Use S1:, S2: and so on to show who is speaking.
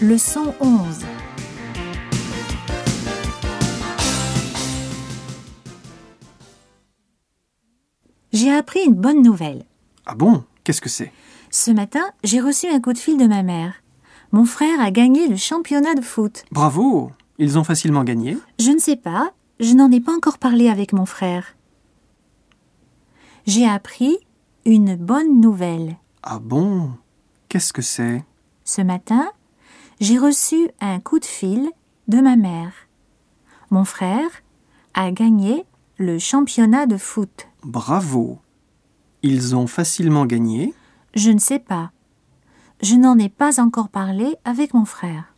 S1: le 111. J'ai appris une bonne nouvelle.
S2: Ah bon Qu'est-ce que c'est
S1: Ce matin, j'ai reçu un coup de fil de ma mère. Mon frère a gagné le championnat de foot.
S2: Bravo Ils ont facilement gagné.
S1: Je ne sais pas, je n'en ai pas encore parlé avec mon frère. J'ai appris une bonne nouvelle.
S2: Ah bon Qu'est-ce que c'est
S1: Ce matin, j'ai reçu un coup de fil de ma mère. Mon frère a gagné le championnat de foot.
S2: Bravo Ils ont facilement gagné.
S1: Je ne sais pas. Je n'en ai pas encore parlé avec mon frère.